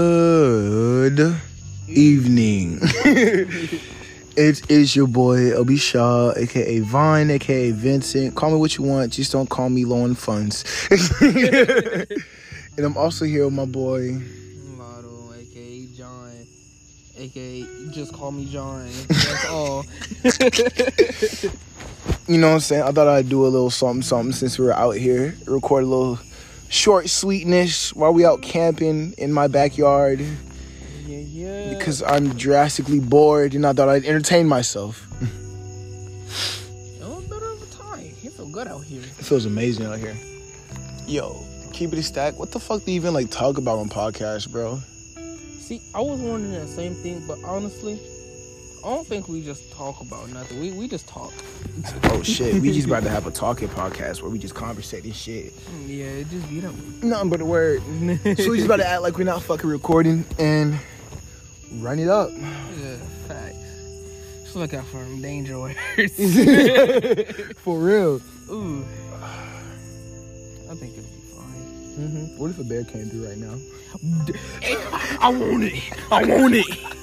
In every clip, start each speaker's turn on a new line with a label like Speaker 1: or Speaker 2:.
Speaker 1: Good evening. it is your boy LB Shaw, aka Vine, aka Vincent. Call me what you want, just don't call me low on funds. and I'm also here with my boy.
Speaker 2: Lotto, aka John, aka just call me John. That's all.
Speaker 1: You know what I'm saying? I thought I'd do a little something something since we were out here. Record a little short sweetness while we out camping in my backyard
Speaker 2: yeah, yeah.
Speaker 1: because I'm drastically bored and I thought I'd entertain myself.
Speaker 2: it was better of a time. It feel good out here.
Speaker 1: It feels amazing out here. Yo, keep it a stack. What the fuck do you even like talk about on podcasts, bro?
Speaker 2: See, I was wondering the same thing, but honestly, I don't think we just talk about nothing. We we just talk.
Speaker 1: Oh shit, we just about to have a talking podcast where we just conversate and shit.
Speaker 2: Mm, Yeah, it just be that way.
Speaker 1: Nothing but a word. So we just about to act like we're not fucking recording and run it up.
Speaker 2: yeah, facts. Just look out for them danger words.
Speaker 1: For real.
Speaker 2: Ooh. I think it'll be fine.
Speaker 1: hmm What if a bear came through right now?
Speaker 2: I want it. I want it.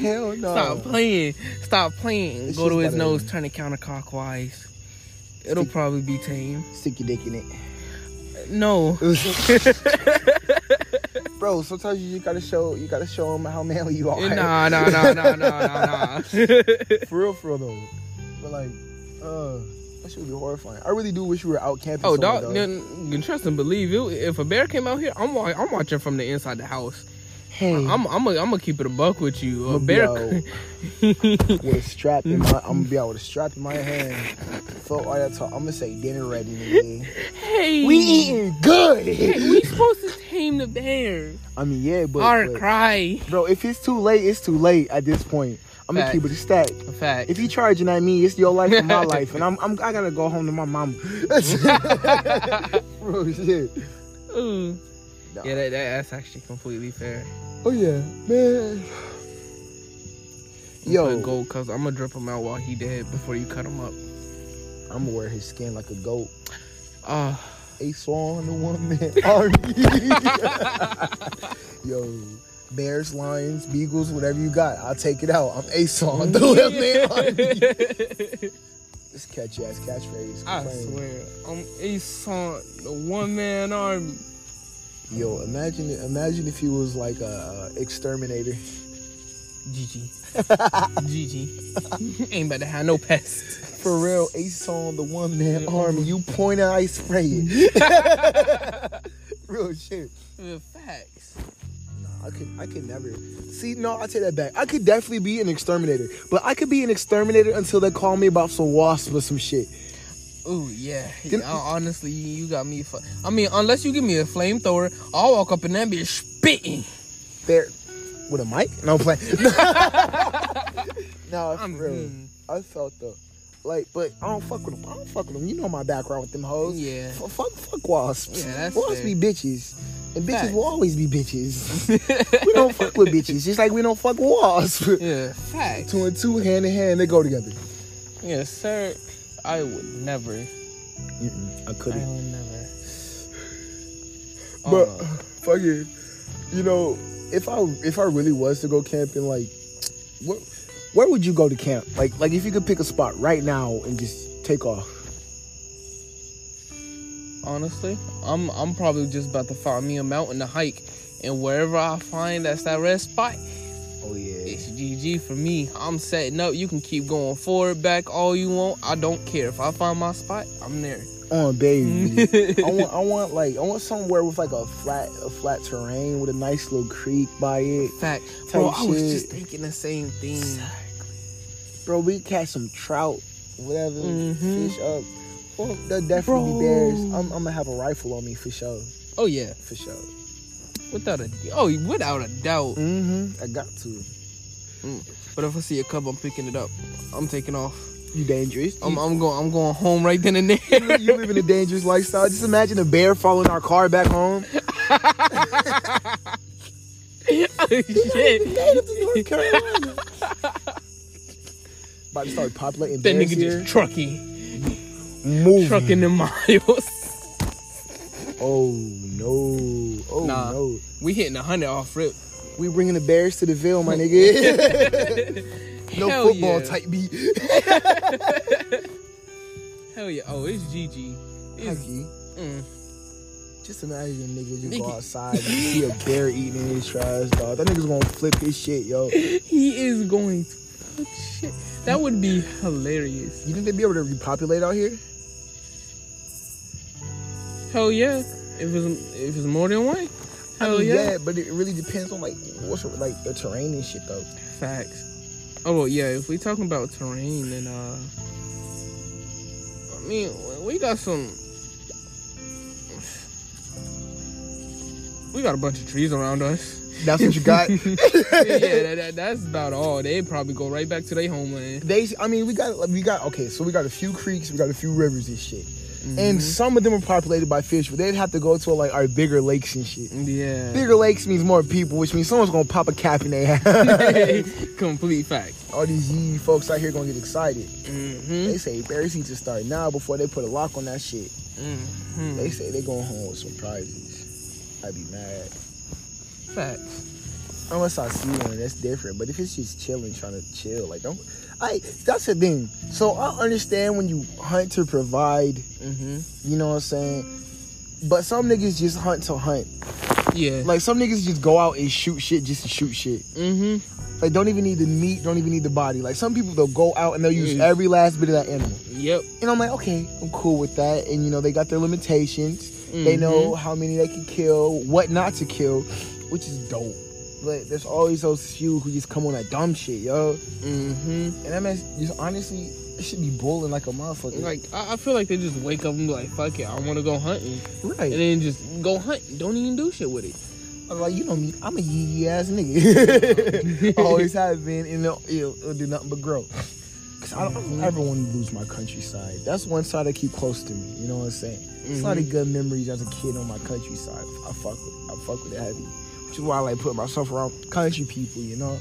Speaker 1: Hell no.
Speaker 2: Stop playing. Stop playing.
Speaker 1: It's
Speaker 2: Go to
Speaker 1: just
Speaker 2: his
Speaker 1: gotta-
Speaker 2: nose, turn it counterclockwise. It'll probably be tame.
Speaker 1: Stick your dick in it.
Speaker 2: No.
Speaker 1: bro, sometimes you just gotta show you gotta show them how manly you are.
Speaker 2: Eh, Nah, nah, nah, nah, nah, nah, nah.
Speaker 1: For real, for real though. But like, uh, that shit would be horrifying. I really do wish we were out camping.
Speaker 2: oh,
Speaker 1: somewhere,
Speaker 2: dog. Then, then trust and believe it. If a bear came out here, I'm wa- I'm watching from the inside the house.
Speaker 1: Hey,
Speaker 2: I'm I'm i I'm gonna keep it a buck with you. A
Speaker 1: I'ma be
Speaker 2: bear.
Speaker 1: out with a strap in my, I'm gonna be out with a strap in my hand. Fuck all that talk. I'm gonna say dinner ready. nigga.
Speaker 2: hey,
Speaker 1: we eating
Speaker 2: Hey,
Speaker 1: good.
Speaker 2: we supposed to tame the bear
Speaker 1: I mean, yeah, but,
Speaker 2: or
Speaker 1: but-
Speaker 2: cry.
Speaker 1: bro, if it's too late, it's too late at this point. I'm gonna
Speaker 2: Facts.
Speaker 1: keep it a stack.
Speaker 2: Fact.
Speaker 1: If you charging at me, it's your life and my life, and I'm, I'm I gotta go home to my mama. Bro, shit.
Speaker 2: Ooh.
Speaker 1: Nah.
Speaker 2: Yeah, that, that, that's actually completely fair.
Speaker 1: Oh yeah, man. Yo,
Speaker 2: Put gold cuz I'm gonna drip him out while he dead before you cut him up.
Speaker 1: I'm gonna wear his skin like a goat.
Speaker 2: Ah,
Speaker 1: A swan, the one man army. Yo, bears, lions, beagles, whatever you got, I'll take it out. I'm a swan, the one man army. This catchy ass catchphrase.
Speaker 2: I
Speaker 1: Complain.
Speaker 2: swear, I'm a son, the one man army.
Speaker 1: Yo, imagine imagine if he was like a exterminator.
Speaker 2: GG. GG. Ain't about to have no pest.
Speaker 1: For real, a swan, the one man
Speaker 2: Mm-hmm.
Speaker 1: army. You point and I spray it. real shit.
Speaker 2: The facts.
Speaker 1: I could I could never see no I take that back. I could definitely be an exterminator. But I could be an exterminator until they call me about some wasps or some shit.
Speaker 2: Ooh, yeah.
Speaker 1: Can-
Speaker 2: yeah hon- honestly, you got me. Fu- I mean, unless you give me a flamethrower, I'll walk up and that bitch spitting.
Speaker 1: There with a mic? No I'm playing. no, for
Speaker 2: I'm
Speaker 1: real.
Speaker 2: mm,
Speaker 1: I felt the like but I don't fuck with them. I don't fuck with them. You know my background with them hoes.
Speaker 2: Yeah.
Speaker 1: F- fuck fuck wasps.
Speaker 2: Yeah, that's
Speaker 1: wasps
Speaker 2: fair.
Speaker 1: be bitches. And bitches
Speaker 2: Facts.
Speaker 1: will always be bitches. we don't fuck with bitches, just like we don't fuck with wasps.
Speaker 2: Yeah, facts.
Speaker 1: Two and two hand in hand, they go together.
Speaker 2: Yes, sir. I would never.
Speaker 1: Mm-mm, I
Speaker 2: I
Speaker 1: couldn't.
Speaker 2: would never.
Speaker 1: But
Speaker 2: Oh, no.
Speaker 1: fucking, you know, if I if I really was to go camping, like, where where would you go to camp? Like like if you could pick a spot right now and just take off.
Speaker 2: honestly. I'm I'm probably just about to find me a mountain to hike, and wherever I find that's that red spot,
Speaker 1: Oh yeah.
Speaker 2: it's GG for me. I'm setting up. You can keep going forward, back, all you want. I don't care if I find my spot. I'm there.
Speaker 1: On
Speaker 2: Mm-hmm.
Speaker 1: baby. I
Speaker 2: Oh,
Speaker 1: want I want like I want somewhere with like a flat a flat terrain with a nice little creek by it.
Speaker 2: Fact, bro.
Speaker 1: Type
Speaker 2: I was
Speaker 1: shit.
Speaker 2: just thinking the same thing.
Speaker 1: Bro, we catch some trout, whatever,
Speaker 2: Mhm.
Speaker 1: fish up. Well, there'll definitely
Speaker 2: Bro.
Speaker 1: be bears. I'm, I'm gonna have a rifle on me for sure.
Speaker 2: Oh yeah,
Speaker 1: For sure.
Speaker 2: without a oh without a doubt.
Speaker 1: Mm-hmm. I got to.
Speaker 2: But if I see a cub, I'm picking it up. I'm taking off.
Speaker 1: You dangerous.
Speaker 2: I'm I'm going I'm going home right then and
Speaker 1: you,
Speaker 2: there.
Speaker 1: you living a dangerous lifestyle. Just imagine a bear following our car back home.
Speaker 2: Oh, Shit.
Speaker 1: North Carolina. About to start populating
Speaker 2: That
Speaker 1: bears
Speaker 2: nigga
Speaker 1: here.
Speaker 2: just trucking,
Speaker 1: Moving.
Speaker 2: trucking the miles.
Speaker 1: Oh no. Oh
Speaker 2: Nah.
Speaker 1: no.
Speaker 2: We hitting hundred off rip.
Speaker 1: We bringing the Bears to the Ville, my nigga. no
Speaker 2: Hell
Speaker 1: football
Speaker 2: yeah.
Speaker 1: type beat.
Speaker 2: Hell yeah! Oh, it's GG. It's,
Speaker 1: Huggy.
Speaker 2: mm.
Speaker 1: Just imagine a nigga just go
Speaker 2: Nigga.
Speaker 1: outside and see a bear eating his trash, dog. That nigga's gonna flip his shit, yo. You
Speaker 2: He is going to fuck shit. That would be hilarious.
Speaker 1: think they'd be able to repopulate out here?
Speaker 2: Hell yeah! If it's if it's more than one. Hell
Speaker 1: I mean,
Speaker 2: Oh, yeah.
Speaker 1: but it really depends on like what's like the terrain and shit though.
Speaker 2: Facts. Oh well, yeah. If we talking about terrain, then uh, I mean, we got some. We got a bunch of trees around us.
Speaker 1: That's what you got.
Speaker 2: yeah, that, that, that's about all. They probably go right back to their homeland.
Speaker 1: They, I mean, we got, we got, okay, so we got a few creeks, we got a few rivers and shit,
Speaker 2: Mm-hmm.
Speaker 1: and some of them are populated by fish, but they'd have to go to like our bigger lakes and shit.
Speaker 2: Mm-hmm. Yeah.
Speaker 1: Bigger lakes means more people, which means someone's gonna pop a cap in their ass.
Speaker 2: Complete facts.
Speaker 1: All these yee folks out here gonna get excited.
Speaker 2: Mm-hmm.
Speaker 1: They say Bears need to start now before they put a lock on that shit.
Speaker 2: Mm-hmm.
Speaker 1: They say they going home with some prizes. I'd be mad.
Speaker 2: Facts.
Speaker 1: Unless I see one, that's different. But if it's just chilling, trying to chill, like don't. I that's the thing. So I understand when you hunt to provide.
Speaker 2: Mm-hmm.
Speaker 1: You know what I'm saying? But some niggas just hunt to hunt.
Speaker 2: Yeah.
Speaker 1: Like some niggas just go out and shoot shit just to shoot shit.
Speaker 2: Mm-hmm.
Speaker 1: Like don't even need the meat, don't even need the body. Like some people they'll go out and they'll use
Speaker 2: Mm.
Speaker 1: every last bit of that animal.
Speaker 2: Yep.
Speaker 1: And I'm like, okay, I'm cool with that. And you know they got their limitations. They
Speaker 2: Mm-hmm.
Speaker 1: know how many they can kill, what not to kill, which is dope. But there's always those few who just come on that dumb shit, yo.
Speaker 2: Mm-hmm.
Speaker 1: And that man just honestly, it should be bullying like a motherfucker.
Speaker 2: Like I, I feel like they just wake up and be like, "Fuck it, I want to go hunting."
Speaker 1: right.
Speaker 2: and then just go hunt. Don't even do shit with it.
Speaker 1: I'm like, you know me, I'm a yee yee ass nigga. Always have been, and it'll, it'll, it'll do nothing but grow. Cause I don't, I don't ever want to lose my countryside. That's one side I keep close to me. You know what I'm saying? It's a lot
Speaker 2: Mm-hmm.
Speaker 1: of good memories as a kid on my countryside. I fuck with, I fuck with it heavy, which is why I like putting myself around country people. You know,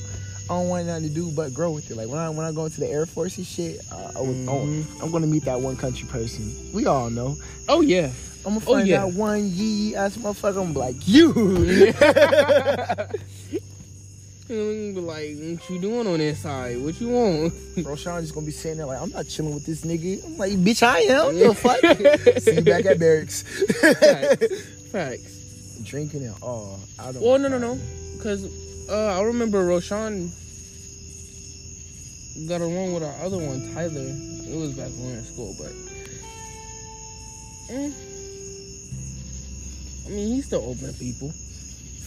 Speaker 1: I don't want nothing to do but grow with it. Like when I when I go into the Air Force and shit, I, I was,
Speaker 2: Mhm.
Speaker 1: I'm gonna meet that one country person. We all know.
Speaker 2: Oh yeah,
Speaker 1: I'm gonna
Speaker 2: Oh,
Speaker 1: find
Speaker 2: yeah.
Speaker 1: that one yee yee ass motherfucker. I'm like you.
Speaker 2: And be like, what you doing on this side? What you want?
Speaker 1: Bro, Sean just gonna be sitting there like, I'm not chilling with this nigga. I'm like, bitch, I am. The fuck. See you back at barracks.
Speaker 2: Facts. Facts.
Speaker 1: Drinking and all. I don't.
Speaker 2: Well, no, no, no, because uh, I remember Roshan got along with our other one, Tyler. It was back when we were in school, but Mm. I mean, he's still open to people.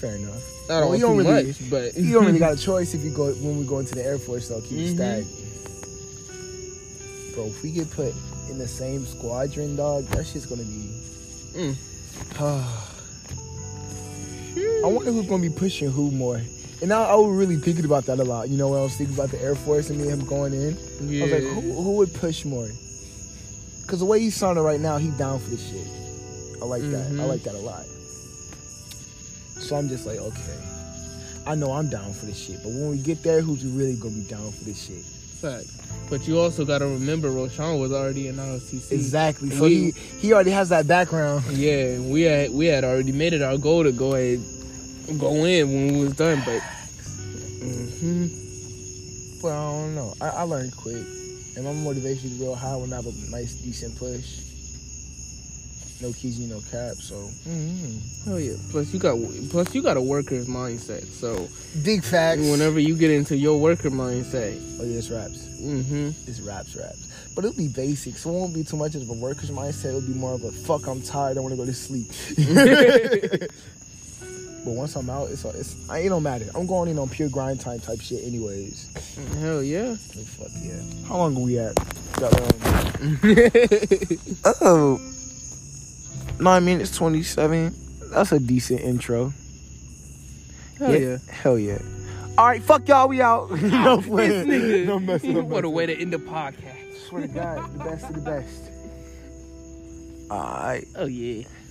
Speaker 1: Fair enough.
Speaker 2: Not
Speaker 1: Well,
Speaker 2: all
Speaker 1: you
Speaker 2: too
Speaker 1: don't really-
Speaker 2: much, but
Speaker 1: You don't really got a choice if you go when we go into the Air Force though. Keep it
Speaker 2: Mhm.
Speaker 1: stacked. Bro, if we get put in the same squadron, dog, that shit's gonna be.
Speaker 2: Mm.
Speaker 1: I wonder who's gonna be pushing who more. And I, I was really thinking about that a lot. You know, when I was thinking about the Air Force and me and him going in. I was like,
Speaker 2: Yeah.
Speaker 1: who, who would push more? Because the way he's sounding right now, he down for the shit. I like that. I
Speaker 2: Mhm.
Speaker 1: like that a lot. So I'm just like, okay. I know I'm down for the shit, but when we get there, who's really gonna be down for this shit?
Speaker 2: Fact. But you also got to remember, Roshan was already in ROTC.
Speaker 1: Exactly. So he
Speaker 2: We-
Speaker 1: he already has that background.
Speaker 2: Yeah, we had we had already made it our goal to go ahead, go in when we was done, but hmm
Speaker 1: But I don't know. I, I learned quick, and my motivation is real high when I have a nice, decent push. No keys, no cap. So
Speaker 2: hell yeah. Plus you got plus you got a worker's mindset, so
Speaker 1: dig facts.
Speaker 2: whenever you get into your worker mindset,
Speaker 1: oh yeah, it's raps.
Speaker 2: hmm
Speaker 1: It's raps, raps. But it'll be basic, so it won't be too much of a worker's mindset. It'll be more of a fuck. I'm tired. I want to go to sleep. but once I'm out, it's it's I- it don't matter. I'm going in on pure grind time type shit, anyways.
Speaker 2: hell yeah.
Speaker 1: So fuck yeah. How long are we at? Got, um, Oh, nine minutes 27. That's a decent intro.
Speaker 2: hell yeah.
Speaker 1: Hell yeah. All right, fuck y'all. We out. no
Speaker 2: This nigga,
Speaker 1: No mess. No
Speaker 2: what a
Speaker 1: mess.
Speaker 2: way to end the podcast.
Speaker 1: Swear to God, the best of the best. All right.
Speaker 2: Oh yeah.